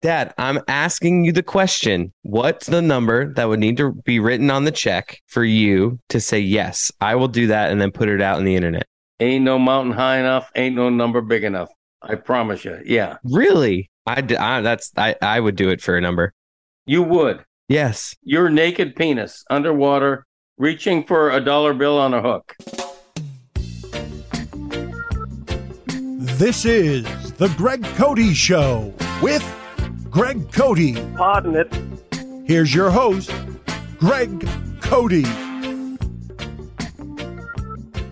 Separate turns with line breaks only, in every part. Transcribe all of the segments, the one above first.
Dad, I'm asking you the question. What's the number that would need to be written on the check for you to say, yes, I will do that and then put it out on the internet?
Ain't no mountain high enough. Ain't no number big enough. I promise you. Yeah,
Really? I, d- I- that's I, I would do it for a number.
you would.
Yes.
Your naked penis underwater, reaching for a dollar bill on a hook.
This is The Greg Cody Show with Greg Cody.
Pardon it.
Here's your host, Greg Cody.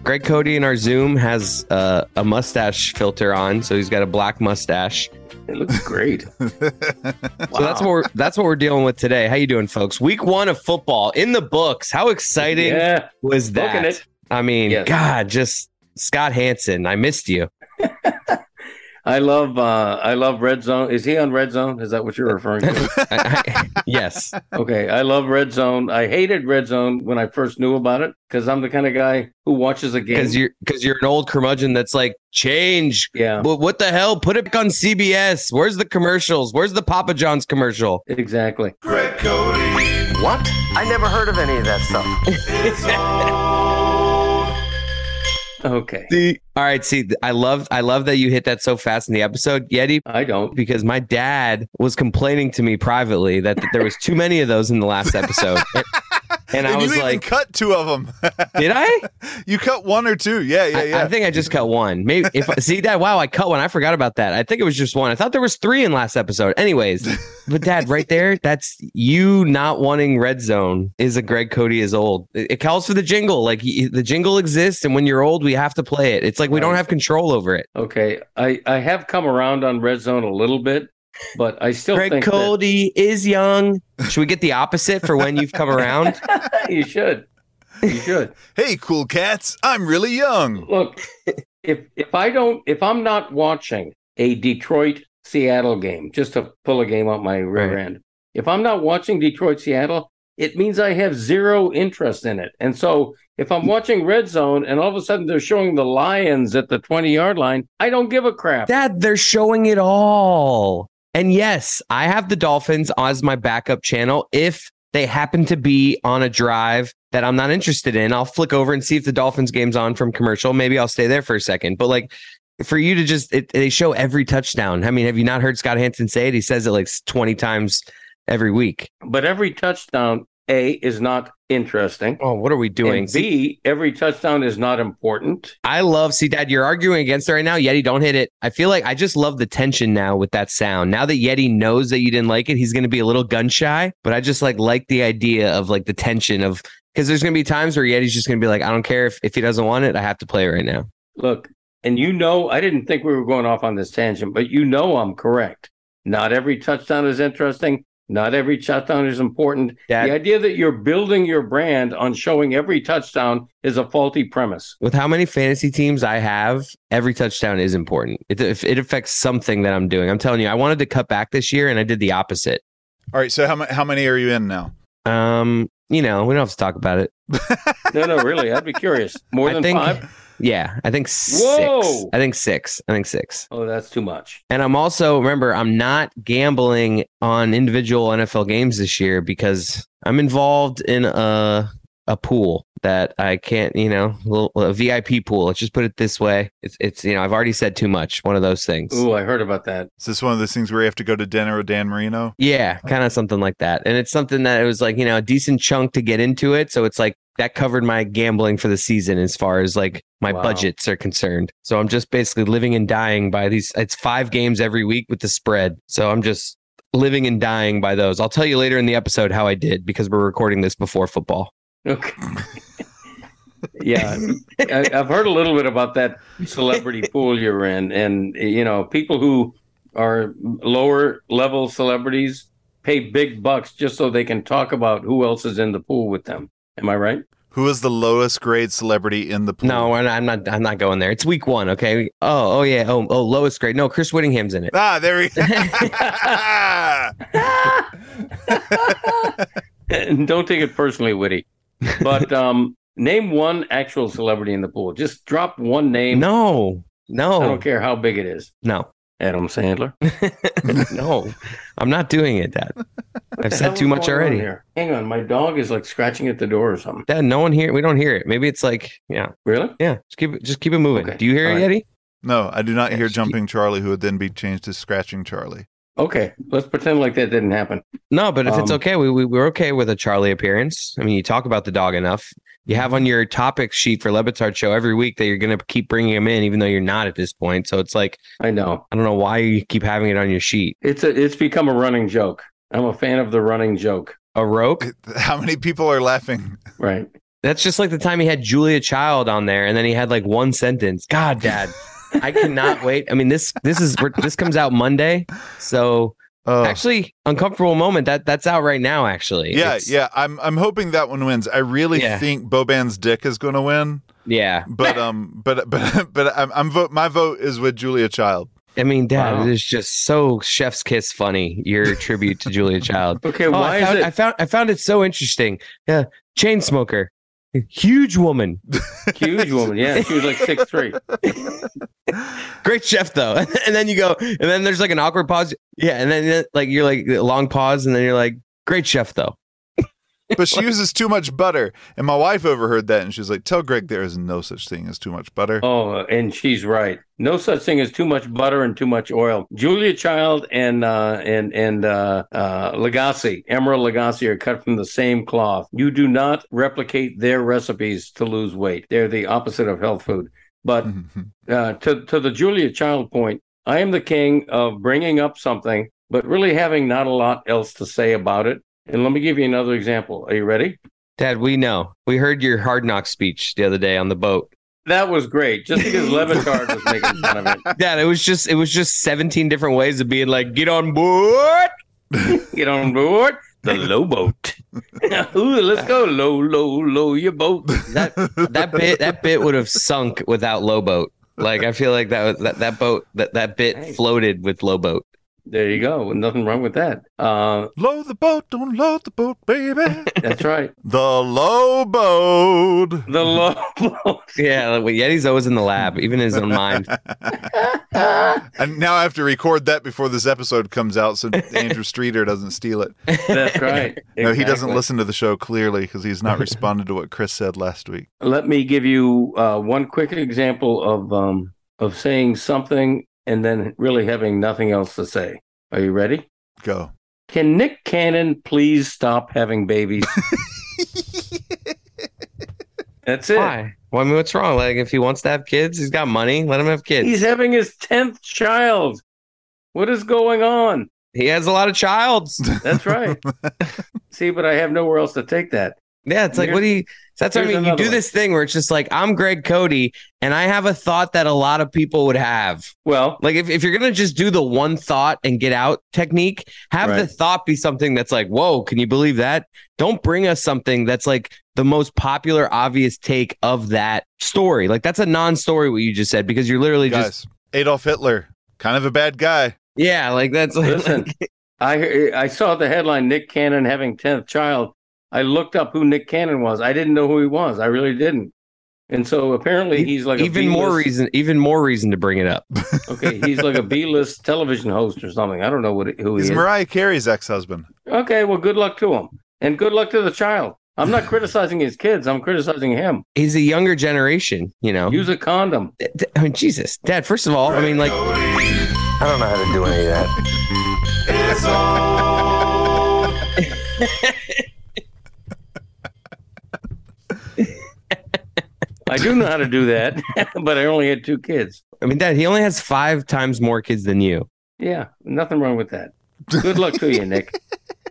Greg Cody in our Zoom has uh, a mustache filter on, so he's got a black mustache.
It looks great.
So that's what we're that's what we're dealing with today. How you doing, folks? Week one of football in the books. How exciting
Yeah,
was
look
that?
at it.
I mean,
Yes.
God, just Scott Hansen. I missed you.
I love. Uh, I love Red Zone. Is he on Red Zone? Is that what you're referring to?
I- I- yes.
Okay, I love Red Zone. I hated Red Zone when I first knew about it because I'm the kind of guy who watches a game.
Because you're because you're an old curmudgeon that's like, change.
yeah,
But what the hell? Put it back on CBS. Where's the commercials? Where's the Papa John's commercial?
exactly.
Greg Cody.
What? I never heard of any of that stuff.
Okay,
The all right, see, th- I love I love that you hit that so fast in the episode, Yeti,
I don't.
because my dad was complaining to me privately that, that there was too many of those in the last episode. and I
you
was
even
like,
cut two of them.
did I?
you cut one or two. Yeah, yeah,
I,
yeah.
I think I just cut one. Maybe if see dad, wow, I cut one. I forgot about that. I think it was just one. I thought there was three in last episode. Anyways, but dad, right there, that's you not wanting red zone is a Greg Cody is old. It, it calls for the jingle. Like y- the jingle exists, and when you're old, we have to play it. It's like we don't
Right.
have control over it.
Okay, I I have come around on Red Zone a little bit, but I still
Greg
think that-
Cody is young. Should we get the opposite for when you've come around?
you should. You should.
hey, cool cats. I'm really young.
Look, if if I don't if I'm not watching a Detroit Seattle game, just to pull a game out my rear
Right.
end, if I'm not watching Detroit Seattle, it means I have zero interest in it. And so if I'm watching Red Zone and all of a sudden they're showing the Lions at the 20 yard line, I don't give a crap.
Dad, they're showing it all. And yes, I have the Dolphins as my backup channel. If they happen to be on a drive that I'm not interested in, I'll flick over and see if the Dolphins game's on from commercial. Maybe I'll stay there for a second. But like for you to just, it, they show every touchdown. I mean, have you not heard Scott Hansen say it? He says it like 20 times every week.
But every touchdown, A, is not interesting.
Oh, what are we doing?
And B, every touchdown is not important.
I love, see, Dad, you're arguing against it right now. Yeti, don't hit it. I feel like I just love the tension now with that sound. Now that Yeti knows that you didn't like it, he's going to be a little gun shy. But I just like like the idea of like the tension of because there's going to be times where Yeti's just going to be like, I don't care if, if he doesn't want it, I have to play it right now.
Look, and you know, I didn't think we were going off on this tangent, but you know I'm correct. Not every touchdown is interesting. Not every touchdown is important.
Dad,
the idea that you're building your brand on showing every touchdown is a faulty premise.
with how many fantasy teams I have, every touchdown is important. It, if it affects something that I'm doing. I'm telling you, I wanted to cut back this year and I did the opposite.
All right, so how, ma- how many are you in now?
Um, you know, we don't have to talk about it.
No, no, really, I'd be curious. More
I
than
think-
five?
Yeah, I think six.
Whoa!
I think six. I think six.
Oh, that's too much.
And I'm also remember I'm not gambling on individual NFL games this year because I'm involved in a a pool that I can't, you know, little- a VIP pool. Let's just put it this way. It's it's you know I've already said too much. One of those things.
Ooh, I heard about that.
Is this one of those things where you have to go to dinner with Dan Marino?
Yeah, kind of something like that. And it's something that it was like you know a decent chunk to get into it. So it's like that covered my gambling for the season as far as like my
Wow.
budgets are concerned. So I'm just basically living and dying by these. It's five games every week with the spread. So I'm just living and dying by those. I'll tell you later in the episode how I did because we're recording this before football.
Okay. yeah, I, I've heard a little bit about that celebrity pool you're in, and you know, people who are lower level celebrities pay big bucks just so they can talk about who else is in the pool with them. Am I right?
Who is the lowest grade celebrity in the pool?
No, I'm not, I'm not. I'm not going there. It's week one. Okay. Oh, oh yeah. Oh, oh, lowest grade. No, Chris Whittingham's in it.
Ah, there we
And Don't take it personally, Witty. But um, name one actual celebrity in the pool. Just drop one name.
No,
I don't
no,
care how big it is.
no.
Adam Sandler.
No, I'm not doing it, Dad. I've
What the hell
said too
is
much
going on
already.
here? Hang on, my dog is like scratching at the door or something.
Dad, no one here. We don't hear it. Maybe it's like, yeah,
Really?
yeah. Just keep it. Just keep it moving.
Okay.
Do you hear
All
it, Yeti?
No, I do not hear
Actually-
Jumping Charlie, who would then be changed to Scratching Charlie.
Okay, let's pretend like that didn't happen.
No, but if it's
Um,
okay, we, we we're okay with a Charlie appearance. I mean, you talk about the dog enough. You have on your topic sheet for Lebitard show every week that you're going to keep bringing him in, even though you're not at this point. So it's like
I know
I don't know why you keep having it on your sheet.
it's a it's become a running joke. I'm a fan of the running joke.
A roke.
How many people are laughing?
Right?
That's just like the time he had Julia Child on there, and then he had like one sentence. God, Dad, I cannot wait. I mean this this is we're- this comes out Monday, so
Oh.
actually uncomfortable moment that that's out right now. Actually,
yeah,
It's-
yeah. I'm I'm hoping that one wins. I really
Yeah.
think Boban's dick is going to win,
yeah.
but um, but but but I'm, I'm vote. My vote is with Julia Child.
I mean, Dad,
Wow.
it is just so Chef's Kiss funny. Your tribute to Julia Child.
Okay.
Oh, I,
why is
found,
it?
I found I found it so interesting. Yeah, chain smoker, huge woman,
Huge woman. Yeah, she was like six three.
great chef though. and then you go, and then there's like an awkward pause. Yeah, and then like you're like a long pause, and then you're like, great chef though.
But she uses too much butter, and my wife overheard that, and she's like, "Tell Greg there is no such thing as too much butter."
Oh, and she's right. No such thing as too much butter and too much oil. Julia Child and uh, and and uh, uh, Lagasse, Emerald Lagasse, are cut from the same cloth. You do not replicate their recipes to lose weight. They're the opposite of health food. But
Oh,
uh, to to the Julia Child point, I am the king of bringing up something, but really having not a lot else to say about it. And let me give you another example. Are you ready?
Dad, we know. We heard your hard knock speech the other day on the boat.
That was great. Just because Levitard was making fun of it.
Dad, it was just it was just 17 different ways of being like, get on board.
Get on board the low boat. Ooh, let's go low, low, low your boat.
That that bit that bit would have sunk without Lowboat. Like I feel like that was- that that boat that that bit
Hey.
floated with Lowboat.
There you go. Nothing wrong with that. Uh,
Load the boat, don't load the boat, baby.
that's right.
the low boat.
The low boat.
Yeah, like, well, Yeti's always in the lab, even in his own mind.
And now I have to record that before this episode comes out, so Andrew Streeter doesn't steal it.
That's right.
No, he doesn't
Exactly.
listen to the show clearly because he's not responded to what Chris said last week.
Let me give you uh, one quick example of um, of saying something and then really having nothing else to say. Are you ready?
Go.
Can Nick Cannon please stop having babies? That's it.
Why? Well, I mean, what's wrong? Like, if he wants to have kids, he's got money. Let him have kids.
He's having his 10th child. What is going on?
he has a lot of childs.
That's right. See, but I have nowhere else to take that.
Yeah, it's like
Here's-
what do you? That's what I
here's
mean. You
another
do
one.
this thing where it's just like I'm Greg Cody, and I have a thought that a lot of people would have.
Well,
Like if, if you're gonna just do the one thought and get out technique, have the
Right.
thought be something that's like, whoa, can you believe that? Don't bring us something that's like the most popular, obvious take of that story. Like that's a non-story what you just said because you're literally
Guys,
just
Adolf Hitler, kind of a bad guy.
yeah, like that's like,
listen, I I saw the headline Nick Cannon having 10th child. I looked up who Nick Cannon was. I didn't know who he was. I really didn't. And so apparently he's like a
E- even more
B-list-
reason, even more reason to bring it up.
Okay, he's like a B-list television host or something. I don't know what who he
He's
is.
Mariah Carey's ex husband.
okay, well, good luck to him, and good luck to the child. I'm not criticizing his kids. I'm criticizing him.
He's a younger generation, you know.
Use a condom.
I mean, Jesus, Dad. First of all, I mean, like
I don't know how to do any of that.
I do know how to do that, but I only had two kids.
I mean, Dad. He only has five times more kids than you.
Yeah, nothing wrong with that. Good luck to you, Nick.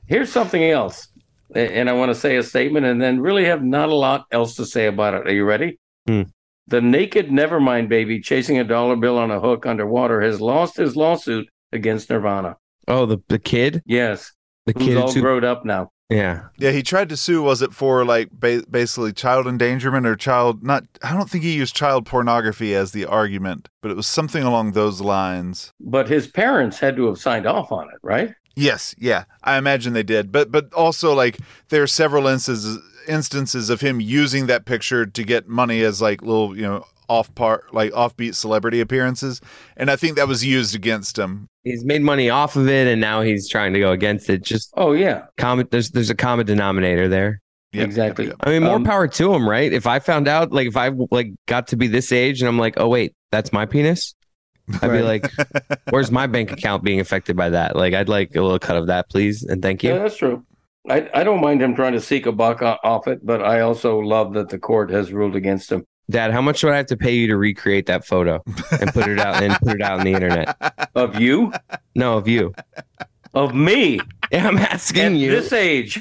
Here's something else. a- And I want to say a statement and then really have not a lot else to say about it. Are you ready?
Hmm.
The naked Nevermind baby chasing a dollar bill on a hook underwater has lost his lawsuit against Nirvana.
Oh, the the kid,
Yes.
the
Who's
kid.
all
who-
grown up now.
yeah.
Yeah, he tried to sue. Was it for like ba- basically child endangerment or child? Not. I don't think he used child pornography as the argument, but it was something along those lines.
But his parents had to have signed off on it, right?
Yes, yeah, I imagine they did, but but also like there are several instances instances of him using that picture to get money as like little you know off part like offbeat celebrity appearances, and I think that was used against him.
He's made money off of it, and now he's trying to go against it. Just
Oh yeah,
common. There's there's a common denominator there.
Exactly.
I mean, more
Um,
power to him, right? If I found out, like, if I like got to be this age, and I'm like, oh wait, that's my penis. I'd be like, where's my bank account being affected by that? Like, I'd like a little cut of that, please, and thank you.
yeah, that's true. I I don't mind him trying to seek a buck o- off it, but I also love that the court has ruled against him.
Dad, how much would I have to pay you to recreate that photo and put it out and put it out on the internet?
Of you,
No, of you.
of me,
Yeah, I'm asking
at
you.
this age.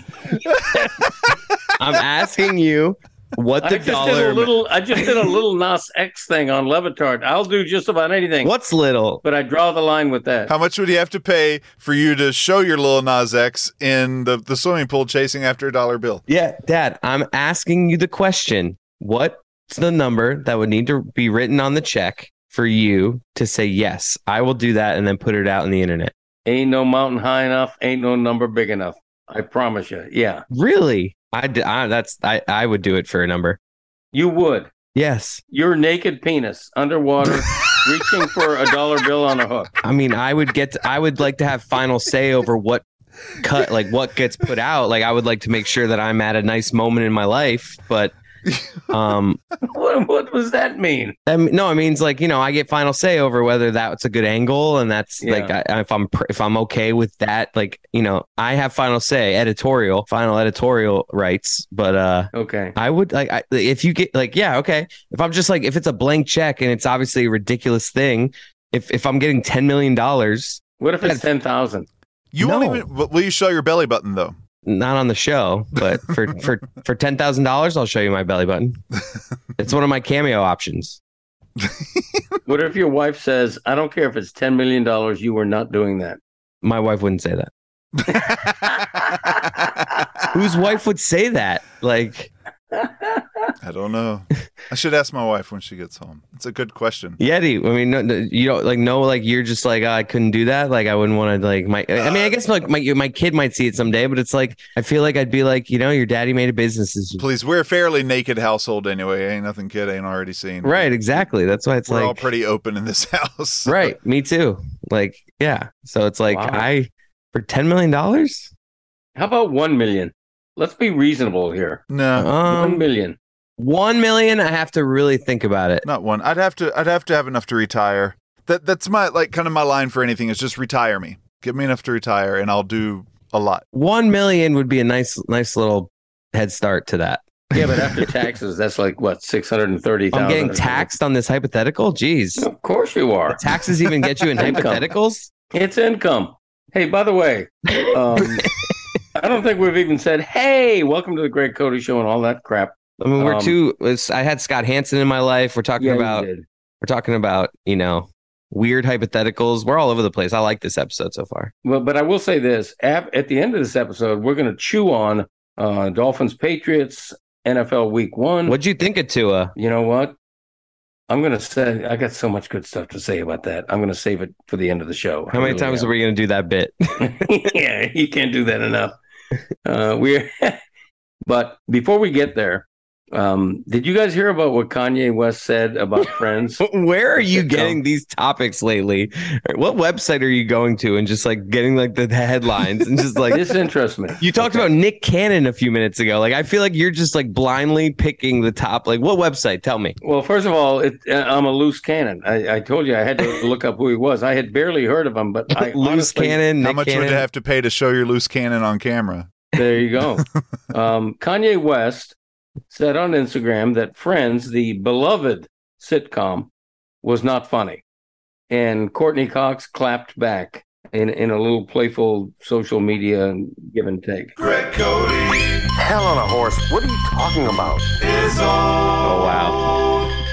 I'm asking you what
I
the
just did
dollar.
a little. I just did a little Nas X thing on Levitard. I'll do just about anything,
what's little?
but I draw the line with that.
How much would you have to pay for you to show your little Nas X in the, the swimming pool chasing after a dollar bill?
Yeah, Dad, I'm asking you the question. What's the number that would need to be written on the check for you to say yes, I will do that, and then put it out on the internet?
Ain't no mountain high enough. Ain't no number big enough. I promise you. Yeah,
Really? I, d- I that's I I would do it for a number.
you would.
Yes.
Your naked penis underwater, reaching for a dollar bill on a hook.
I mean, I would get. I would like to have final say over what cut, like what gets put out. Like, I would like to make sure that I'm at a nice moment in my life. But, um,
What, what does that mean?
I mean, no, it means like you know, I get final say over whether that's a good angle, and that's
Yeah.
like I, if I'm pr- if I'm okay with that. Like, you know, I have final say, editorial, final editorial rights. But, uh,
Okay.
I would like I, if you get like yeah okay if I'm just like if it's a blank check and it's obviously a ridiculous thing if if I'm getting ten million dollars
What if it's ten thousand?
You
No.
won't even. but Will you show your belly button though?
not on the show but for for for ten thousand dollars I'll show you my belly button it's one of my cameo options
What if your wife says, "I don't care if it's ten million dollars. You are not doing that."
my wife wouldn't say that whose wife would say that like
I don't know. I should ask my wife when she gets home. It's a good question.
Yeti I mean no, no, you don't like no like you're just like "Oh, I couldn't do that like I wouldn't want to like my I mean I guess like my my kid might see it someday but it's like I feel like I'd be like you know your daddy made a business decision.
Please, we're a fairly naked household anyway. Ain't nothing kid ain't already seen.
Right, exactly. That's why it's
We're all
like
pretty open in this house.
right. Me too. Like yeah. So it's like
Wow.
I for ten million dollars.
How about one million? Let's be reasonable here.
No,
Uh, one
Um,
million.
one million. I have to really think about it.
not one. I'd have to. I'd have to have enough to retire. That that's my like kind of my line for anything is just retire me. Give me enough to retire, and I'll do a lot.
One million would be a nice, nice little head start to that.
Yeah, but after taxes, that's like what six hundred and thirty thousand.
I'm getting taxed on this hypothetical. Jeez,
Of course you are.
taxes even get you in
Income.
hypotheticals.
It's income. Hey, by the way, um, I don't think we've even said, "Hey, welcome to the Greg Cody Show" and all that crap.
I mean, we're
Um,
too. it's- I had Scott Hansen in my life. We're talking
you
about.
did.
We're talking about. You know, weird hypotheticals. We're all over the place. I like this episode so far.
Well, but I will say this: at, at the end of this episode, we're going to chew on uh, Dolphins, Patriots, NFL Week One.
What'd you think of Tua?
You know what? I'm going to say I got so much good stuff to say about that. I'm going to save it for the end of the show.
How
I
many
really
times
am.
are we going to do that bit?
yeah, you can't do that enough. Uh, we're, but before we get there, um, did you guys hear about what Kanye West said about Friends?
Where are you
Sitcom.
getting these topics lately? What website are you going to and just like getting like the, the headlines and just like
this interests me.
you talked about Nick Cannon a few minutes ago. Like I feel like you're just like blindly picking the top. Like what website? Tell me.
Well, first of all, it, uh, I'm a loose cannon. I, I told you I had to look up who he was. I had barely heard of him, but I
Loose
honestly-
Cannon.
How
Nick
much
Cannon.
would you have to pay to show your loose cannon on camera?
There you go. um, Kanye West said on Instagram that Friends, the beloved sitcom, was not funny. And Courtney Cox clapped back in, in a little playful social media give and take.
Greg Cody
Hell on a horse. What are you talking about?
is on.
Oh, wow.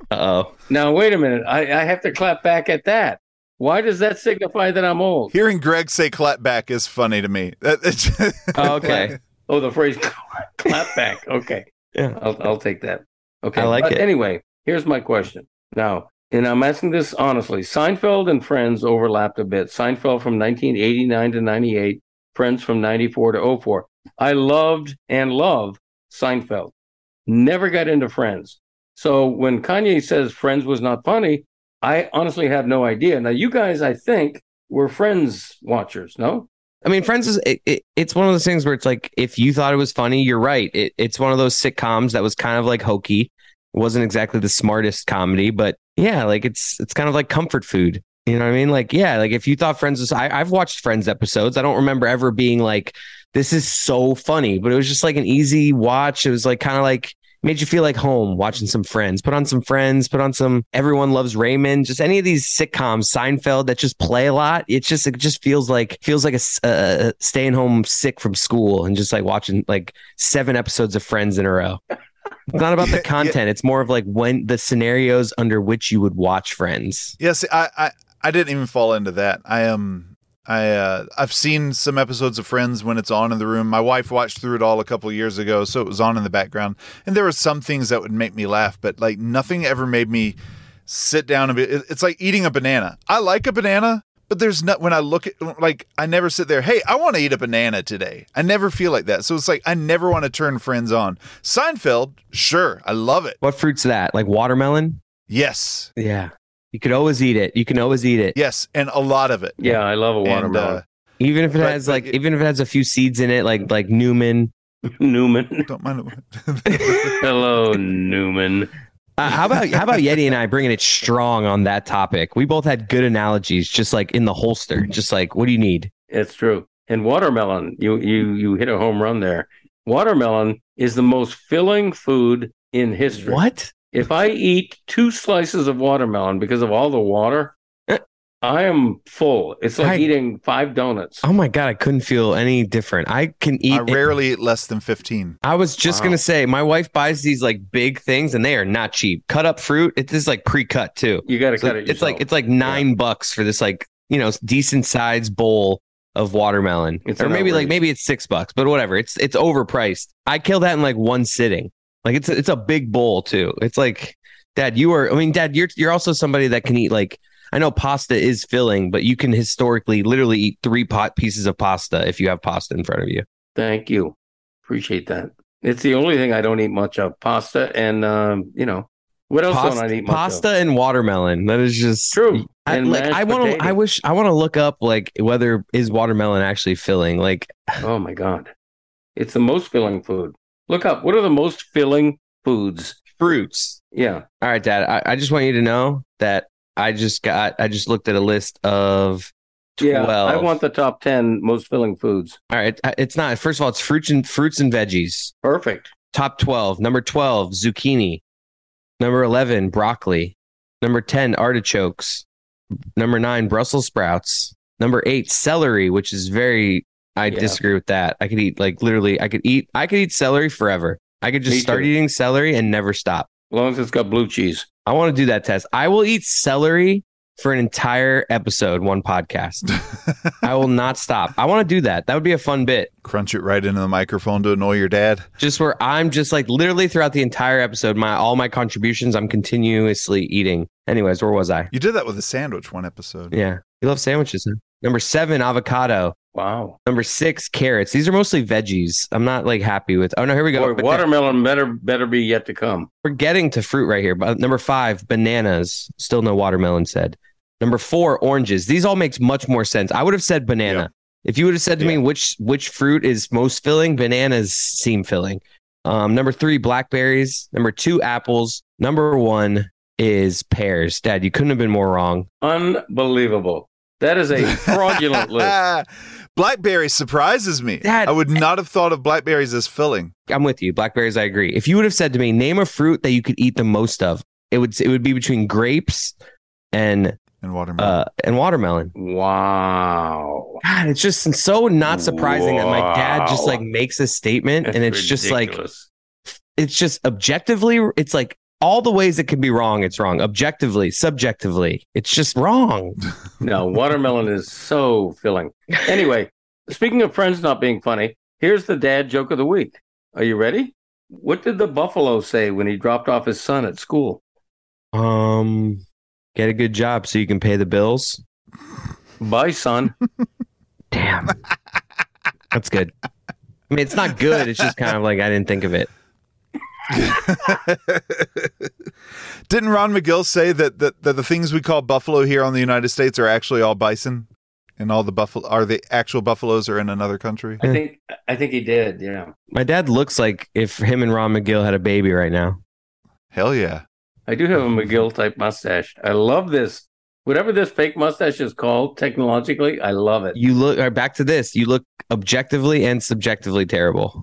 Uh-oh.
Now, wait a minute. I, I have to clap back at that. Why does that signify that I'm old?
Hearing Greg say clap back is funny to me. That- it's-
Oh, okay.
Oh, the phrase clap back. Okay.
Yeah.
I'll, I'll take that. Okay.
I like
but
it.
Anyway, here's my question. Now, and I'm asking this honestly Seinfeld and Friends overlapped a bit. Seinfeld from 1989 to 98, Friends from 94 to 04. I loved and love Seinfeld. Never got into Friends. So when Kanye says Friends was not funny, I honestly had no idea. Now you guys, I think, were Friends watchers, no?
I mean, Friends is it, it, it's one of those things where it's like if you thought it was funny, you're right. It, it's one of those sitcoms that was kind of like hokey. It wasn't exactly the smartest comedy, but yeah, like it's it's kind of like comfort food. You know what I mean? Like yeah, like if you thought Friends was, I, I've watched Friends episodes. I don't remember ever being like, this is so funny, but it was just like an easy watch. It was like kind of like made you feel like home watching some friends put on some friends put on some everyone loves raymond just any of these sitcoms seinfeld that just play a lot it's just it just feels like feels like a, s- uh staying home sick from school and just like watching like seven episodes of friends in a row it's not about
Yeah,
the
yeah.
content it's more of like when the scenarios under which you would watch friends
Yes, I, I I didn't even fall into that. I am I uh, I've seen some episodes of Friends when it's on in the room. My wife watched through it all a couple years ago, so it was on in the background. And there were some things that would make me laugh, but like nothing ever made me sit down and be. it- It's like eating a banana. I like a banana, but there's not when I look at like I never sit there. Hey, I want to eat a banana today. I never feel like that. So it's like I never want to turn Friends on. Seinfeld, sure, I love it.
what fruit's that like watermelon
Yes,
yeah you could always eat it you can always eat it
yes, and a lot of it.
Yeah, I love a
And,
watermelon.
uh,
even if it
But-
has
but
like
it-
even if it has a few seeds in it like like newman
Newman.
Don't mind
Hello, Newman.
Uh, how about how about Yeti and I bringing it strong on that topic? We both had good analogies, just like in the holster. Just like, what do you need?
It's true. And watermelon, you you you hit a home run there. Watermelon is the most filling food in history.
What?
If I eat two slices of watermelon because of all the water, I am full. It's like
Right.
eating five donuts.
Oh my god, I couldn't feel any different. I can eat.
I rarely eat less than 15.
I was just
Wow.
gonna say, my wife buys these like big things, and they are not cheap. Cut up fruit. It is like pre-cut too.
You got to
So
cut it.
it's like
yourself.
it's like nine bucks for this like you know decent sized bowl of watermelon,
It's
or
an
maybe like
outrage.
maybe it's six bucks, but whatever. It's it's overpriced. I kill that in like one sitting. Like it's a, it's a big bowl too. It's like Dad, you are. I mean, Dad, you're you're also somebody that can eat like I know pasta is filling, but you can historically literally eat three pot pieces of pasta if you have pasta in front of you.
Thank you. Appreciate that. It's the only thing I don't eat much of. Pasta and um, you know, what else don't I
Pasta,
eat much
pasta
of?
and watermelon. That is just
True.
I,
and
like
mashed
I want to.
potato.
I wish I want to look up like whether is watermelon actually filling. Like
Oh my god. It's the most filling food. Look up. What are the most filling foods?
fruits.
Yeah.
All right, Dad. I, I just want you to know that I just got. I just looked at a list of.
Yeah. I
12.
want the top 10 most filling foods.
All right, I- it's not. First of all, it's fruits and fruits and veggies.
Perfect.
Top twelve. Number twelve, zucchini. Number eleven, broccoli. Number ten, artichokes. Number nine, Brussels sprouts. Number eight, celery, which is very. I
Yeah.
disagree with that. I could eat like literally. I could eat. I could eat celery forever. I could just
Me
start
too.
eating celery and never stop.
As long as it's got blue cheese.
I want to do that test. I will eat celery for an entire episode, one podcast. I will not stop. I want to do that. That would be a fun bit.
Crunch it right into the microphone to annoy your dad.
Just where I'm just like literally throughout the entire episode, my all my contributions, I'm continuously eating. Anyways, where was I?
You did that with a sandwich one episode.
Yeah. You love sandwiches, huh? Number seven, avocado.
Wow.
Number six, carrots. These are mostly veggies. I'm not like happy with. Oh no, here we go.
Boy,
But
watermelon better better be yet to come.
we're getting to fruit right here. But number five, bananas. Still no watermelon said. Number four, oranges. These all makes much more sense. I would have said banana. If you would have said to me which which fruit is most filling, bananas seem filling. Um, number three, blackberries. Number two, apples. Number one is pears. Dad, you couldn't have been more wrong.
Unbelievable. That is a fraudulent list.
Blackberry surprises me.
Dad-
I would not have thought of blackberries as filling.
I'm with you. Blackberries, I agree. If you would have said to me, name a fruit that you could eat the most of, it would it would be between grapes and
And watermelon.
uh and watermelon.
Wow.
God, it's just so not surprising that my dad just
Wow.
like makes a statement and it's just like
Ridiculous.
it's just objectively it's like all the ways it could be wrong, it's wrong. Objectively, subjectively, it's just wrong.
No, watermelon is so filling. Anyway, speaking of friends not being funny, here's the dad joke of the week. Are you ready? What did the buffalo say when he dropped off his son at school?
Um get a good job so you can pay the bills.
Bye, son.
Damn. That's good. I mean, it's not good. It's just kind of like I didn't think of it.
Didn't Ron McGill say that, that that the things we call buffalo here on the United States are actually all bison, and all the buffalo are the actual buffaloes are in another country?
I think I think he did. You know,
My dad looks like if him and Ron McGill had a baby right now.
Hell yeah!
I do have a McGill type mustache. I love this. Whatever this fake mustache is called technologically, I love it.
You look or back to this. You look objectively and subjectively terrible.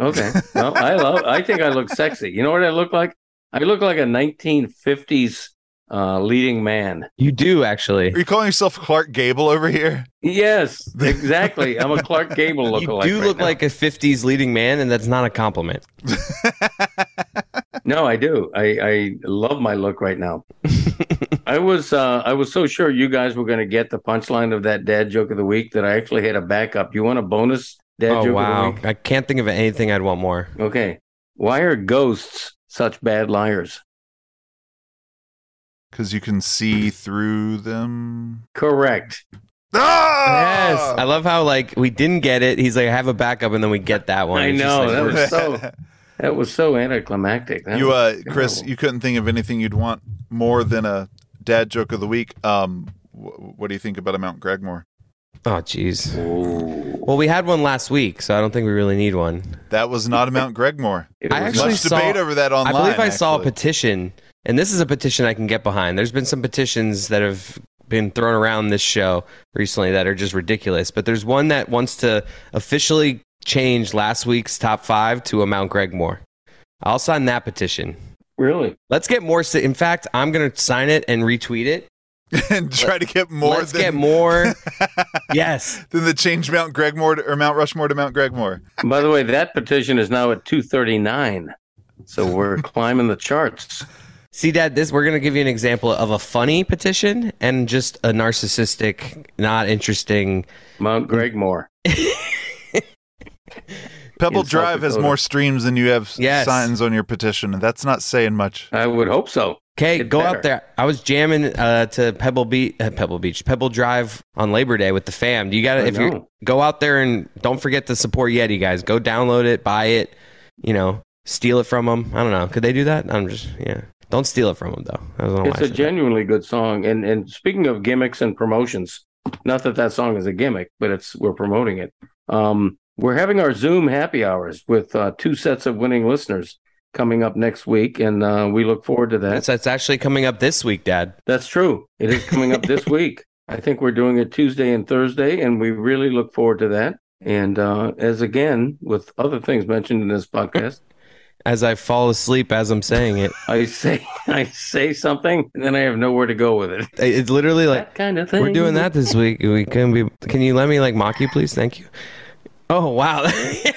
Okay. Well, I love. I think I look sexy. You know what I look like? I look like a 1950s uh, leading man.
You do actually.
Are you calling yourself Clark Gable over here?
Yes, exactly. I'm a Clark Gable
you
lookalike.
do
right
look
now.
like a 50s leading man, and that's not a compliment.
No, I do. I, I love my look right now. I was uh, I was so sure you guys were going to get the punchline of that dad joke of the week that I actually had a backup. You want a bonus dad
oh
joke
wow,
of the
I can't think of anything I'd want more.
week? Okay. Why are ghosts such bad liars?
Because you can see through them.
Correct.
Yes,
Ah!
I love how like we didn't get it. He's like, I have a backup, and then we get that one.
I
It's just
know,
like,
that
we're-
was- so- That was so anticlimactic. That
you
was
uh chris
terrible.
you couldn't think of anything you'd want more than a dad joke of the week um wh- what do you think about a mount gregmore
oh jeez. Well, we had one last week, so I don't think we really need one.
that was not a mount gregmore
It
I
was
actually
much
saw-
debate over that online
I believe I saw a
actually.
petition, and this is a petition I can get behind. There's been some petitions that have been thrown around this show recently that are just ridiculous, but there's one that wants to officially change last week's top five to a Mount Gregmore. I'll sign that petition.
really
Let's get more. ci- In fact, I'm going to sign it and retweet it.
and try to get more
Let's
than,
get more. yes.
than the change mount gregmore to, or mount rushmore to mount gregmore
By the way, that petition is now at 239. So we're climbing the charts.
See, Dad, this we're going to give you an example of a funny petition and just a narcissistic, not interesting.
Mount Gregmore.
pebble
In South
drive has
Dakota.
more streams than you have s-
Yes.
signs on your petition and that's not saying much
I would hope so.
Okay,
Get
go
better.
out there. I was jamming uh, to Pebble Beach, uh, Pebble Beach, Pebble Drive on Labor Day with the fam. You got
I
to if you
know.
go out there and don't forget to support Yeti guys. Go download it, buy it, you know, steal it from them. I don't know. Could they do that? I'm just yeah. Don't steal it from them though. I don't know
It's
why I
a
said
genuinely good song. And and speaking of gimmicks and promotions, not that that song is a gimmick, but it's we're promoting it. Um, we're having our Zoom happy hours with uh, two sets of winning listeners coming up next week, and uh, we look forward to
that.
that.
That's, that's actually coming up this week, Dad.
That's true. It is coming up this week. I think we're doing it Tuesday and Thursday, and we really look forward to that. And uh, as again, with other things mentioned in this podcast,
As I fall asleep as I'm saying it,
I say I say something, and then I have nowhere to go with it.
it's literally like
That kind of thing.
we're doing that this week. We can be. Can you let me like mock you, please? Thank you. Oh wow! I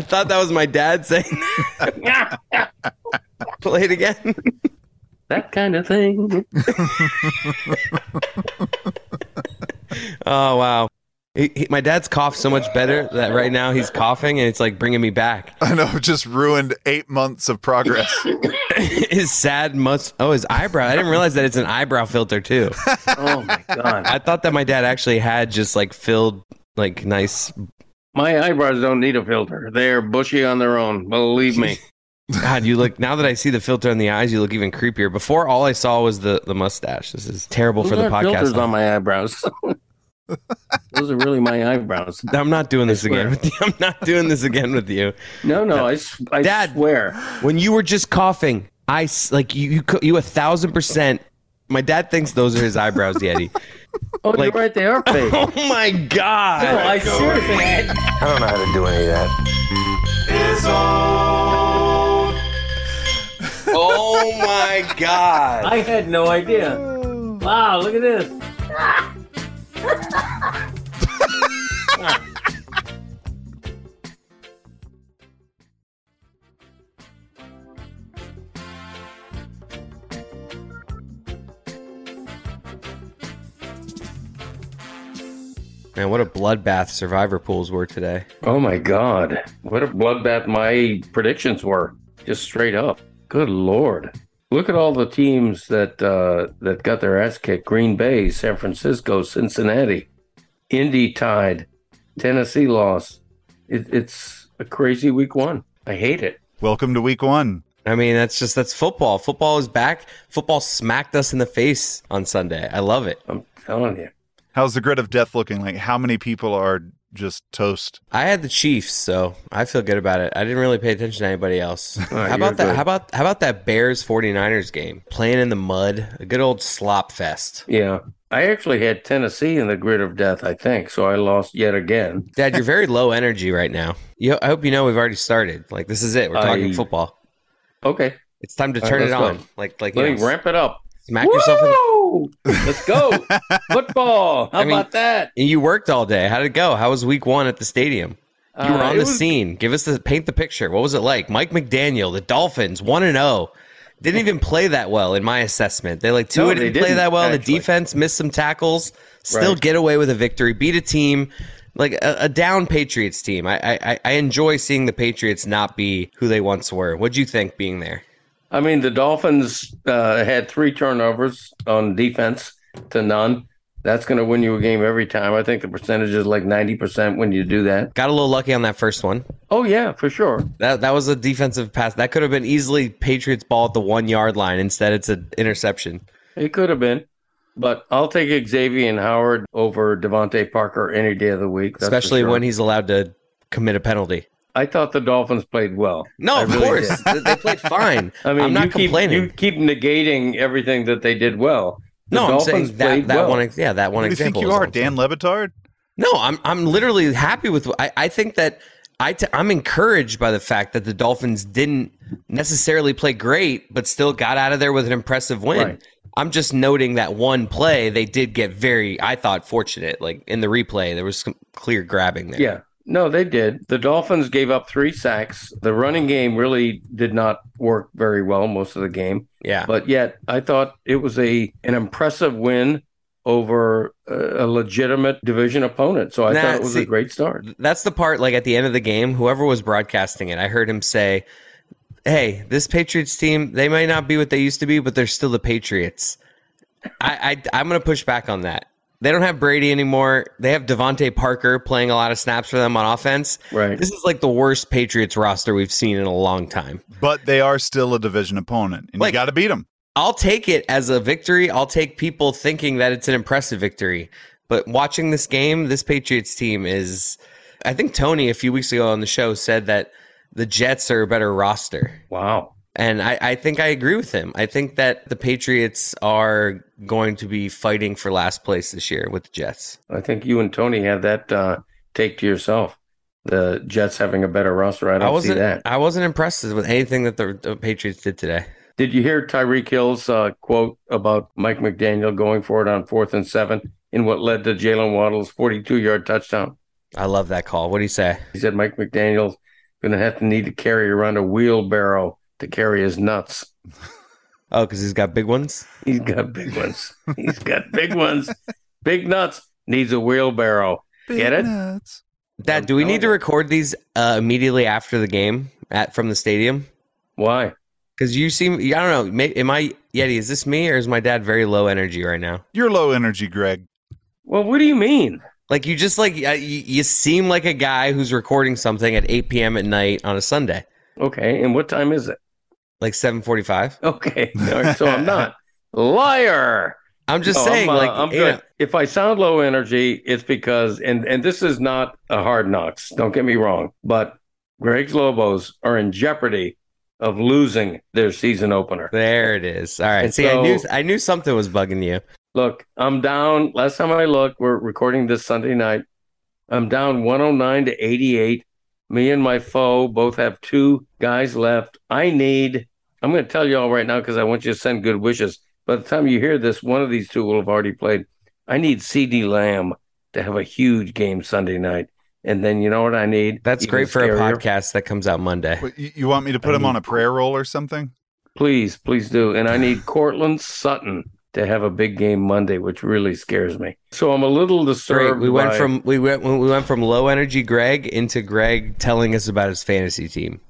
thought that was my dad saying. Play it again.
That kind of thing.
Oh wow! He, he, my dad's cough so much better that right now he's coughing and it's like bringing me back.
i know I've just ruined eight months of progress
his sad must. Oh, his eyebrow. I didn't realize that it's an eyebrow filter too.
Oh my god.
I thought that my dad actually had just like filled like nice.
My eyebrows don't need a filter. They're bushy on their own. Believe me.
God, you look now that I see the filter on the eyes, you look even creepier. Before all I saw was the the mustache. This is terrible for
Those
the
aren't filters
podcast.
on my eyebrows. Those are really my eyebrows.
I'm not doing this again
swear.
with you. I'm not doing this again with you.
No, no, I, s- I
Dad.
swear. Oh,
When you were just coughing, I s- like you. You, co- you a thousand percent. My dad thinks those are his eyebrows, Yeti.
Oh,
Like-
you're right. They are fake.
oh my god!
No, I seriously. I-
I don't know how to do any of that.
Oh my god!
I had no idea. Wow, look at this.
Man, what a bloodbath survivor pools were today.
Oh my God. What a bloodbath my predictions were. Just straight up. Good Lord. Look at all the teams that uh, that got their ass kicked Green Bay, San Francisco, Cincinnati, Indy tied, Tennessee lost. It, it's a crazy week one. I hate it.
Welcome to week one.
I mean, that's just that's football. Football is back. Football smacked us in the face on Sunday. I love it.
I'm telling you.
How's the grid of death looking? Like, how many people are just toast?
I had the Chiefs, so I feel good about it. I didn't really pay attention to anybody else. how
you're
about that?
good.
How about how about that Bears 49ers game? Playing in the mud, a good old slop fest.
Yeah. I actually had Tennessee in the grid of death, I think. So I lost yet again.
Dad, you're very low energy right now. You, I hope you know we've already started. Like this is it. We're talking
I-
football.
Okay.
It's time to
All right,
turn it
let's
on.
go.
Like like you
Let
know,
me ramp it up.
smack yourself. In the-
Woo! Let's go. Football. How
I mean,
about that?
and you worked all day. How did it go? How was week one at the stadium? You were
Uh,
on
it
the
was-
scene. Give us the paint the picture. What was it like? Mike McDaniel, the Dolphins, one and zero. Didn't even play that well in my assessment. They like two
No,
didn't,
they
play
didn't,
that well. The
actually.
defense missed some tackles. Still
Right.
get away with a victory. Beat a team like a, a down Patriots team. I, I I- I enjoy seeing the Patriots not be who they once were. What'd you think being there?
I mean, the Dolphins uh, had three turnovers on defense to none. That's going to win you a game every time. I think the percentage is like 90% when you do that.
Got a little lucky on that first one.
Oh, yeah, for sure.
That that was a defensive pass. That could have been easily Patriots ball at the one yard line. Instead, it's an interception.
It could have been. But I'll take Xavier and Howard over Devontae Parker any day of the week. that's for
especially
sure.
when he's allowed to commit a penalty.
I thought the Dolphins played well.
No,
I
of
really
course.
did.
Th- they played fine.
I mean,
I'm not
you keep,
complaining.
You keep negating everything that they did well. The
no, I'm
Dolphins
saying that,
played
that
well.
one. ex- Yeah, that one
What do you think
example.
you
is
are,
all-
Dan Lebitard?
No, I'm. I'm literally happy with. I, I think that I. T- I'm encouraged by the fact that the Dolphins didn't necessarily play great, but still got out of there with an impressive win.
Right.
I'm just noting that one play they did get very. I thought fortunate. Like in the replay, there was some clear grabbing there.
Yeah. No, they did. The Dolphins gave up three sacks. The running game really did not work very well most of the game.
yeah.
But yet, I thought it was a an impressive win over a, a legitimate division opponent. So I
Nah,
thought it was
see-
a great start.
That's the part, like at the end of the game, whoever was broadcasting it, I heard him say, Hey, this Patriots team, they may not be what they used to be, but they're still the Patriots. I, I I'm gonna push back on that. They don't have Brady anymore. They have Devontae Parker playing a lot of snaps for them on offense.
Right.
This is like the worst Patriots roster we've seen in a long time.
But they are still a division opponent, and
Like-
you got to beat them.
I'll take it as a victory. I'll take people thinking that it's an impressive victory. But watching this game, this Patriots team is I think Tony a few weeks ago on the show said that the Jets are a better roster.
Wow.
And I, I think I agree with him. I think that the Patriots are going to be fighting for last place this year with the Jets.
I think you and Tony had that uh, take to yourself. The Jets having a better roster. I
I
don't see
wasn't
that.
I wasn't impressed with anything that the, the Patriots did today.
Did you hear Tyreek Hill's uh, quote about Mike McDaniel going for it on fourth and seven in what led to Jalen Waddle's 42 yard touchdown?
I love that call. What do you say?
He said Mike McDaniel's going to have to need to carry around a wheelbarrow to carry his nuts.
Oh, because he's got big ones.
He's got big ones. He's got big ones. Big nuts needs a wheelbarrow. Get it?
Nuts.
Dad,
I'm
do we
telling
need to
you.
record these uh, immediately after the game at from the stadium?
Why?
Because you seem, I don't know, may, am I Yeti? Is this me or is my dad very low energy right now?
You're low energy, Greg.
Well, what do you mean?
Like you just like uh, you, you seem like a guy who's recording something at 8 p.m. at night on a Sunday,
Okay. And what time is it?
like 7:45.
Okay. All right. So I'm not. Liar.
I'm just
No,
saying,
I'm, uh,
like,
I'm
you
good.
know,
If I sound low energy, it's because, and and this is not a hard knocks. Don't get me wrong, but Greg's Lobos are in jeopardy of losing their season opener.
there it is. All right,
And
see, I knew
so-
I knew something was bugging you.
Look, I'm down. Last time I looked, we're recording this Sunday night. I'm down 109 to 88. Me and my foe both have two guys left. I need. I'm going to tell you all right now because I want you to send good wishes. By the time you hear this, one of these two will have already played. I need CD Lamb to have a huge game Sunday night, and then you know what I need?
That's
Even
great for
scarier?
a podcast that comes out Monday.
What, you, you want me to put him on a prayer roll or something?
Please, please do. And I need Cortland Sutton to have a big game Monday, which really scares me. So I'm a little
Great.
disturbed.
We went
by-
from we went we went from low energy Greg into Greg telling us about his fantasy team.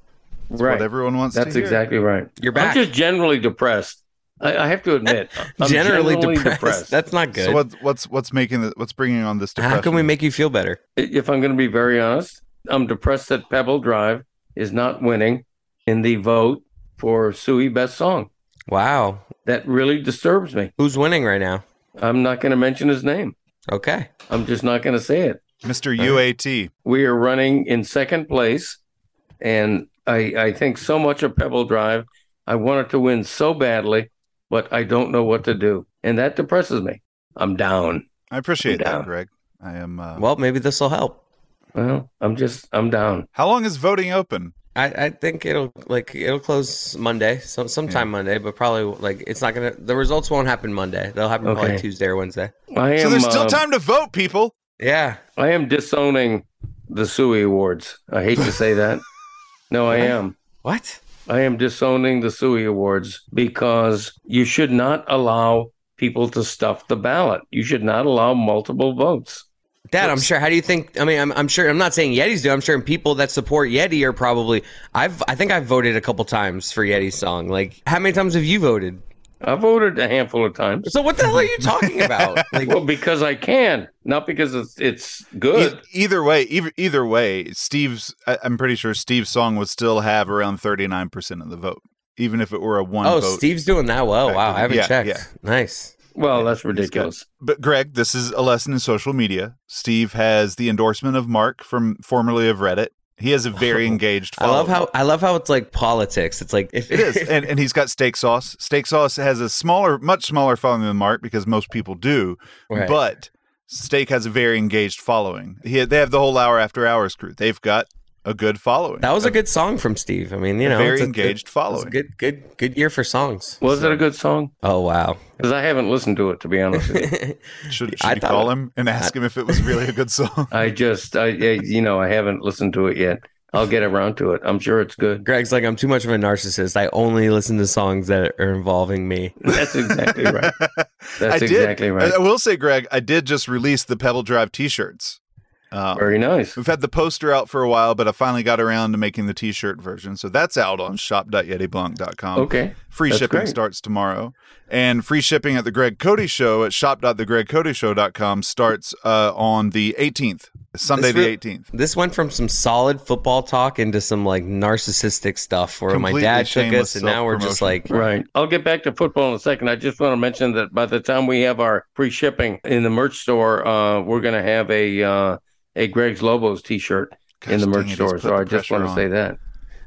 right.
What everyone wants
That's
to hear.
exactly right.
You're back.
I'm just generally depressed. I, I have to admit, I'm
generally, depressed. That's not good.
So what, what's what's making the, what's bringing on this depression?
How can we make you feel better?
if I'm going to be very honest, I'm depressed that Pebble Drive is not winning in the vote for Sui Best Song.
Wow.
That really disturbs me.
Who's winning right now?
I'm not going to mention his name.
Okay.
I'm just not going to say it.
Mr. UAT.
We are running in second place, and I, I think so much of Pebble Drive. I wanted to win so badly, but I don't know what to do, and that depresses me. I'm down.
I appreciate
Yeah.
that, Greg. I am. Uh,
Well, maybe this will help.
Well, I'm just I'm down.
how long is voting open?
I, I think it'll like it'll close Monday, so sometime Monday, but probably like it's not gonna. The results won't happen Monday. They'll happen probably
Okay.
Tuesday or Wednesday.
I am.
so there's still
uh,
time to vote, people.
Yeah.
I am disowning the Suey Awards. I hate to say that. No, I am.
What?
I am disowning the Suey Awards because you should not allow people to stuff the ballot. You should not allow multiple votes.
Dad, I'm sure. How do you think? I mean, I'm, I'm sure. I'm not saying Yetis do. I'm sure people that support Yeti are probably. I've. I think I've voted a couple times for Yeti's song. Like, how many times have you voted?
I voted a handful of times.
So what the hell are you talking about? Like,
Well, because I can, not because it's it's good.
E- either way, either, either way, Steve's. I, I'm pretty sure Steve's song would still have around 39 percent of the vote, even if it were a one
oh,
vote.
Steve's doing that well. Wow, I haven't
Yeah,
checked.
yeah.
Nice.
Well, that's ridiculous.
But Greg, this is a lesson in social media. Steve has the endorsement of Mark from formerly of Reddit. He has a very engaged.
I love
following.
how I love how it's like politics. It's like if
It is, and and he's got steak sauce. Steak sauce has a smaller, much smaller following than Mark because most people do,
Right.
but Steak has a very engaged following. He, they have the whole hour after hours crew. They've got a good following.
that was a good song from Steve. I mean, you know,
very
it's a-
engaged
it's a
following.
Good, good, good year for songs.
Was it a good song?
Oh wow.
Because I haven't listened to it to be honest with you.
Should,
I
should you
thought
call
it-
him and ask him if it was really a good song?
I just I, I you know I haven't listened to it yet. I'll get around to it. I'm sure it's good.
Greg's like, I'm too much of a narcissist. I only listen to songs that are involving me.
That's exactly right.
I
That's
did. Uh,
exactly right.
I, I will say, Greg, I did just release the Pebble Drive T-shirts. Um,
Very nice.
We've had the poster out for a while, but I finally got around to making the T-shirt version, so that's out on shop.yetiblanc.com.
Okay.
Free
Oh, That's
shipping
great.
starts tomorrow, and free shipping at the Greg Cody Show at shop.thegregcodyshow.com starts uh, on the 18th, Sunday
This re-
the 18th.
This went from some solid football talk into some like narcissistic stuff where
Completely
my dad took us
shameless
and now we're just like
self-promotion.
Right. I'll get back to football in a second. I just want to mention that by the time we have our free shipping in the merch store, uh, we're going to have a uh, a Greg's Lobos T-shirt in
Gosh
the
dang it,
merch
he's
store.
put
So
the
I just
pressure
want to
on.
say that.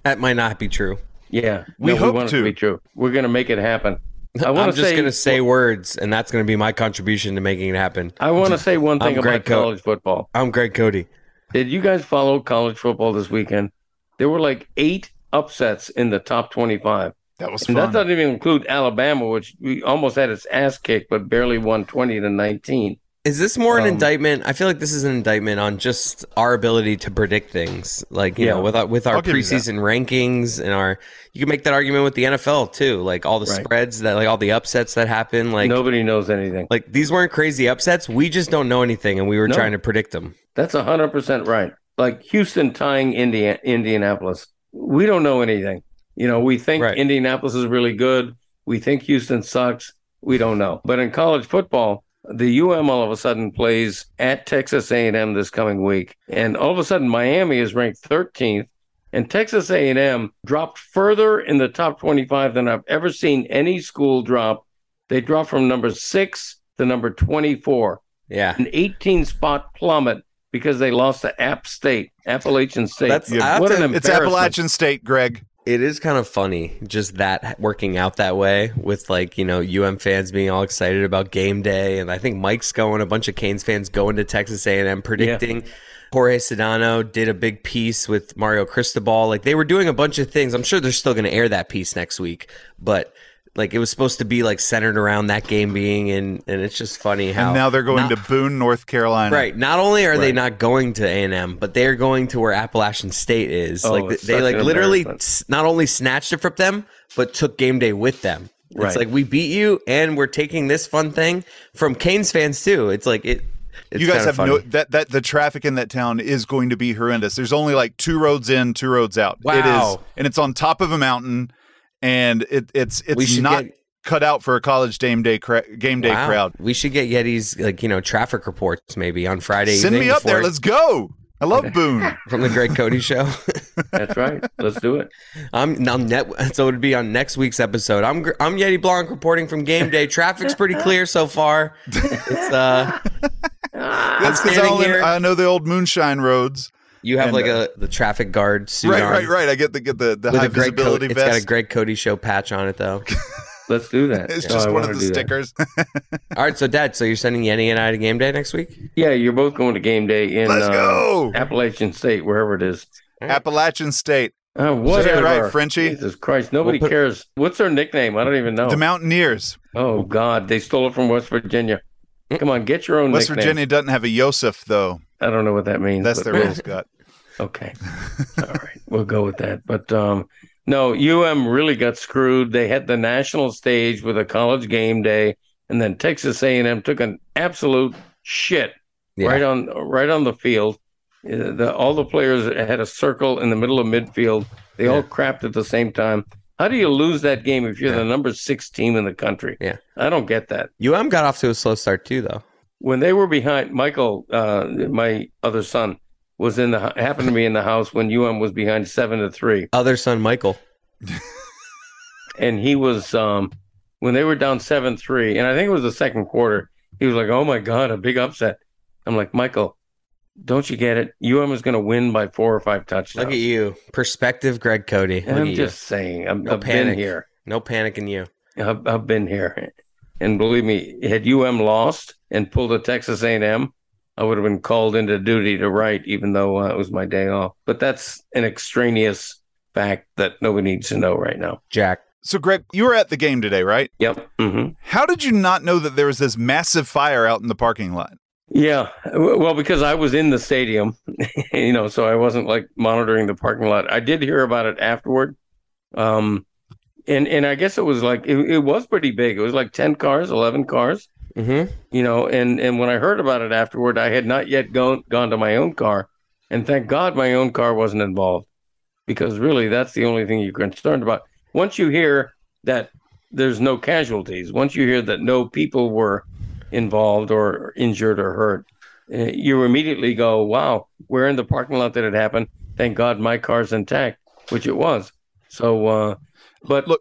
that might not be true.
Yeah,
We
No,
hope
want it
to.
to be true. We're going to make it happen. I
I'm
want to
just
say.
gonna say words and that's gonna be my contribution to making it happen.
I want to say one thing
I'm Greg
about
Co-
college football.
I'm Greg Cody.
Did you guys follow college football this weekend? There were like eight upsets in the top twenty-five.
That was
And
fun.
that doesn't even include Alabama, which we almost had its ass kicked, but barely won twenty to nineteen.
Is this more an
Um,
indictment? I feel like this is an indictment on just our ability to predict things. Like, you
Yeah.
know, with our, with our
I'll give you that.
preseason rankings and our you can make that argument with the NFL too, like all the
Right.
spreads that like all the upsets that happen like
Nobody knows anything.
like these weren't crazy upsets. We just don't know anything and we were
No.
trying to predict them.
That's hundred percent right. Like Houston tying Indiana, Indianapolis, we don't know anything. You know, we think
Right.
Indianapolis is really good. We think Houston sucks. We don't know. But in college football, the UM all of a sudden plays at Texas A&M this coming week, and all of a sudden Miami is ranked 13th, and Texas A&M dropped further in the top 25 than I've ever seen any school drop. They dropped from number six to number 24
Yeah.
an 18 spot plummet because they lost to App State, Appalachian State.
That's
Yeah.
I have
what
to-
an
it's
embarrassment.
Appalachian State, Greg.
it is kind of funny just that working out that way with like you know um fans being all excited about game day and i think mike's going a bunch of canes fans going to texas a&m predicting jorge sedano did a big piece with mario cristobal like they were doing a bunch of things i'm sure they're still going to air that piece next week but like it was supposed to be like centered around that game being in and it's just funny how
And now they're
not-
going to Boone, North Carolina.
Right. Not only are they
Right.
not going to A and M, but they are going to where Appalachian State is.
Oh,
like th-
it's
they
such
like
an
literally
embarrassment.
s- not only snatched it from them, but took game day with them.
Right.
It's like we beat you, and we're taking this fun thing from Canes fans too. It's like it. It's
you guys
kinda
have
funny.
no that that the traffic in that town is going to be horrendous. There's only like two roads in, two roads out. It is,
Wow.
and it's on top of a mountain, and it, it's
We
it's
should
not
get-
cut out for a college game day cra- game day
Wow.
crowd.
We should get Yeti's like you know traffic reports maybe on Friday.
Send
evening
me up there.
before-
Let's go. I love Boone.
from the Greg Cody show.
That's right. Let's do it.
I'm now net, so it'd be on next week's episode. I'm Gr- I'm Yeti Blanc reporting from game day. Traffic's pretty clear so far. It's uh,
Ah,
That's because I,
standing
only-
here.
I know the old moonshine roads.
you have
And,
like
uh,
a the traffic guard suit
Right,
on
right, right. I get the get the, the
with
high
a Greg Cody.
visibility
It's got a
vest.
Greg Cody show patch on it though.
Let's do that.
It's
Oh,
just
I
one
wanna
of the
do that.
stickers.
All right, so Dad, so you're sending Yeti and I to game day next week?
Yeah, you're both going to game day in
Let's
uh,
go!
Appalachian State, wherever it is.
Appalachian State.
Uh,
Is that
whatever.
right, Frenchie?
Jesus Christ, nobody
We'll put-
cares. What's their nickname? I don't even know.
The Mountaineers.
oh God, they stole it from West Virginia. Come on, get your own.
West
nickname.
Virginia doesn't have a Yosef though.
I don't know what that means.
That's
but-
their rules gut.
Okay. All right. We'll go with that. But um no, UM really got screwed. They had the national stage with a college game day and then Texas A&M took an absolute shit
Yeah.
right on right on the field. Uh, The, all the players had a circle in the middle of midfield. They all crapped at the same time. How do you lose that game if you're the number 6 team in the country?
Yeah.
I don't get that
UM got off to a slow start too, though.
when they were behind Michael, uh, my other son was in the happened to be in the house when UM was behind seven to three,
Other son Michael.
and he was um, when they were down seven three, and I think it was the second quarter. He was like, "Oh my god, a big upset." I'm like, Michael, don't you get it? UM is going to win by four or five touchdowns.
Look at you, perspective, Greg Cody. Look
And I'm
at
just saying, I'm,
No
I've
panic.
been here.
you. No panic in you.
I've, I've been here, and believe me, had UM lost and pulled a Texas A&M, I would have been called into duty to write, even though uh, it was my day off. But that's an extraneous fact that nobody needs to know right now.
Jack.
So Greg, you were at the game today, right?
Yep. hmm
How did you not know that there was this massive fire out in the parking lot?
Yeah. W- Well, because I was in the stadium, you know, so I wasn't like monitoring the parking lot. I did hear about it afterward. Um, and and I guess it was like it, it was pretty big. It was like ten cars, eleven cars.
Mm-hmm.
you know and and when i heard about it afterward i had not yet gone gone to my own car and thank god my own car wasn't involved because really that's the only thing you're concerned about once you hear that there's no casualties once you hear that no people were involved or injured or hurt eh, you immediately go wow we're in the parking lot that it happened thank god my car's intact which it was so uh but
Look-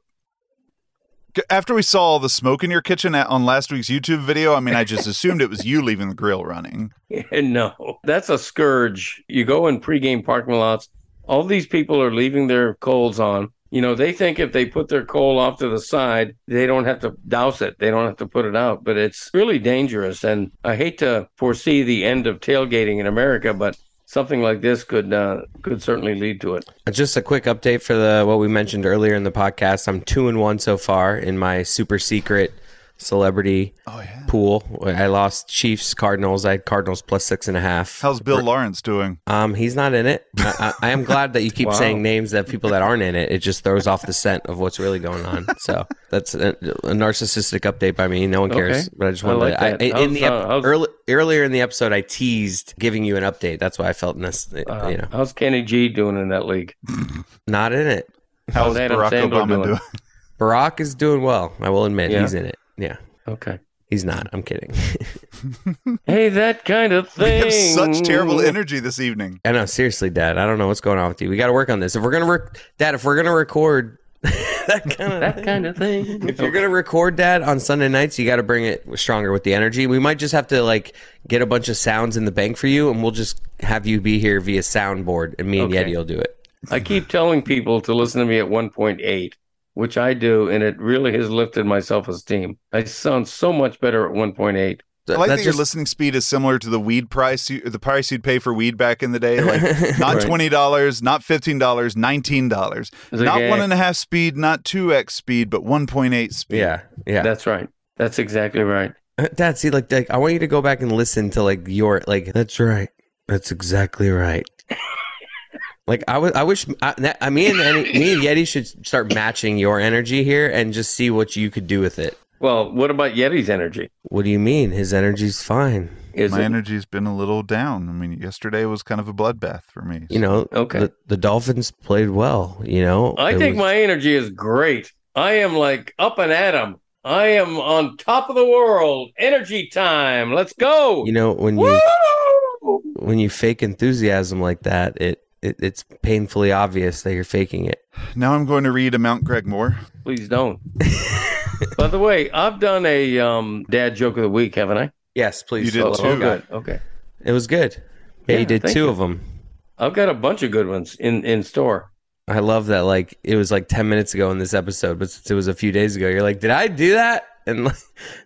C- After we saw all the smoke in your kitchen at, on last week's YouTube video, I mean, I just assumed it was you leaving the grill running.
no, that's a scourge. You go in pregame parking lots, all these people are leaving their coals on. You know, they think if they put their coal off to the side, they don't have to douse it. They don't have to put it out, but it's really dangerous. And I hate to foresee the end of tailgating in America, but something like this could uh, could certainly lead to it.
Just a quick update for the what we mentioned earlier in the podcast. I'm two and one so far in my super secret celebrity
Oh yeah.
pool. I lost Chiefs, Cardinals. I had Cardinals plus six and a half.
How's Bill Lawrence doing?
Um, he's not in it. I, I, I am glad that you keep
Wow.
saying names that people that aren't in it. It just throws off the scent of what's really going on. So that's a, a narcissistic update by me. No one cares,
Okay.
but I just
I
wanted
like
to. I,
that.
in- in the
How's, uh, how's-
ep- early, earlier in the episode, I teased giving you an update. That's why I felt this,
Uh,
you know,
How's Kenny G doing in that league?
not in it.
How's
Adam
Barack
Sandler
Obama
doing?
doing?
Barack is doing well. I will admit
Yeah?
he's in it. Yeah,
Okay.
he's not. I'm kidding.
Hey, that kind of
We
thing.
have such terrible energy this evening.
I know. Seriously, Dad. I don't know what's going on with you. We got to work on this. If we're gonna, rec- Dad, if we're gonna record that kind of
That kind of thing.
If you're gonna record that on Sunday nights, you got to bring it stronger with the energy. We might just have to like get a bunch of sounds in the bank for you, and we'll just have you be here via soundboard, and me and
Okay.
Yeti will do it.
I keep telling people to listen to me at 1.8, which I do, and it really has lifted my self esteem. I sound so much better at 1.8.
I like that,
That's
your
just-
listening speed is similar to the weed price, you, the price you'd pay for weed back in the day. Like not
Right.
twenty dollars, not fifteen dollars, nineteen dollars.
It's like,
not
eh,
one and a half speed, not two x speed, but one point eight speed.
Yeah, yeah.
That's right. That's exactly right.
Dad, see, like, like, I want you to go back and listen to like your like. That's right. That's exactly right. like I was, I wish. I, that- I mean, and, me and Yeti should start matching your energy here and just see what you could do with it.
Well, what about Yeti's energy?
What do you mean? His energy's fine.
Is
My
it
energy's been a little down. I mean, yesterday was kind of a bloodbath for me.
You know.
okay?
The, the Dolphins played well. You know.
I
It
think
was-
my energy is great. I am like up and at 'em. I am on top of the world. Energy time. Let's go.
you know when you
Woo!
when you fake enthusiasm like that it it, it's painfully obvious that you're faking it.
Now I'm going to read a Mount Greg Moore.
Please don't. By the way, I've done a um, dad joke of the week, haven't I?
Yes, please.
You
Solo.
did too.
Oh,
Two.
good. Okay.
It was good. Yeah,
Yeah,
you did
thank
two
you.
of them.
I've got a bunch of good ones in in store.
I love that. Like it was like ten minutes ago in this episode, but since it was a few days ago, you're like, "Did I do that?" And like,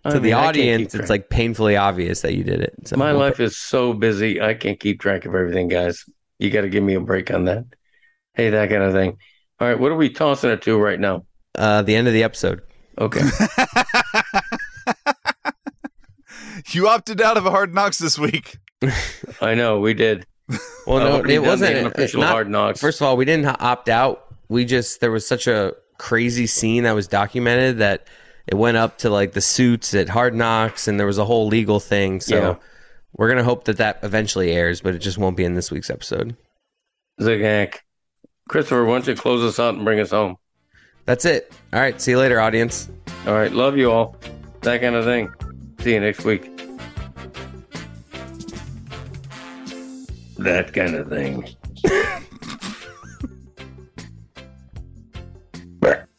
I
to the
mean, I can't keep
audience,
track.
it's like painfully obvious that you did it. So
My
we'll-
life is so busy. I can't keep track of everything, guys. You got to give me a break on that. Hey, that kind of thing. All right, what are we tossing it to right now?
Uh, the end of the episode.
Okay.
You opted out of a hard knocks this week.
I know we did.
Well,
I've
no,
already
it
done the
wasn't.
unofficial
not-
hard knocks.
First of all, we didn't h- opt out. We just there was such a crazy scene that was documented that it went up to like the suits at Hard Knocks, and there was a whole legal thing. So
Yeah.
we're gonna hope that that eventually airs, but it just won't be in this week's episode.
Zigak. Christopher, why don't you close us out and bring us home?
That's it. All right. See you later, audience.
All right, love you all. That kind of thing. See you next week. That kind of thing.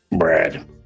Brad.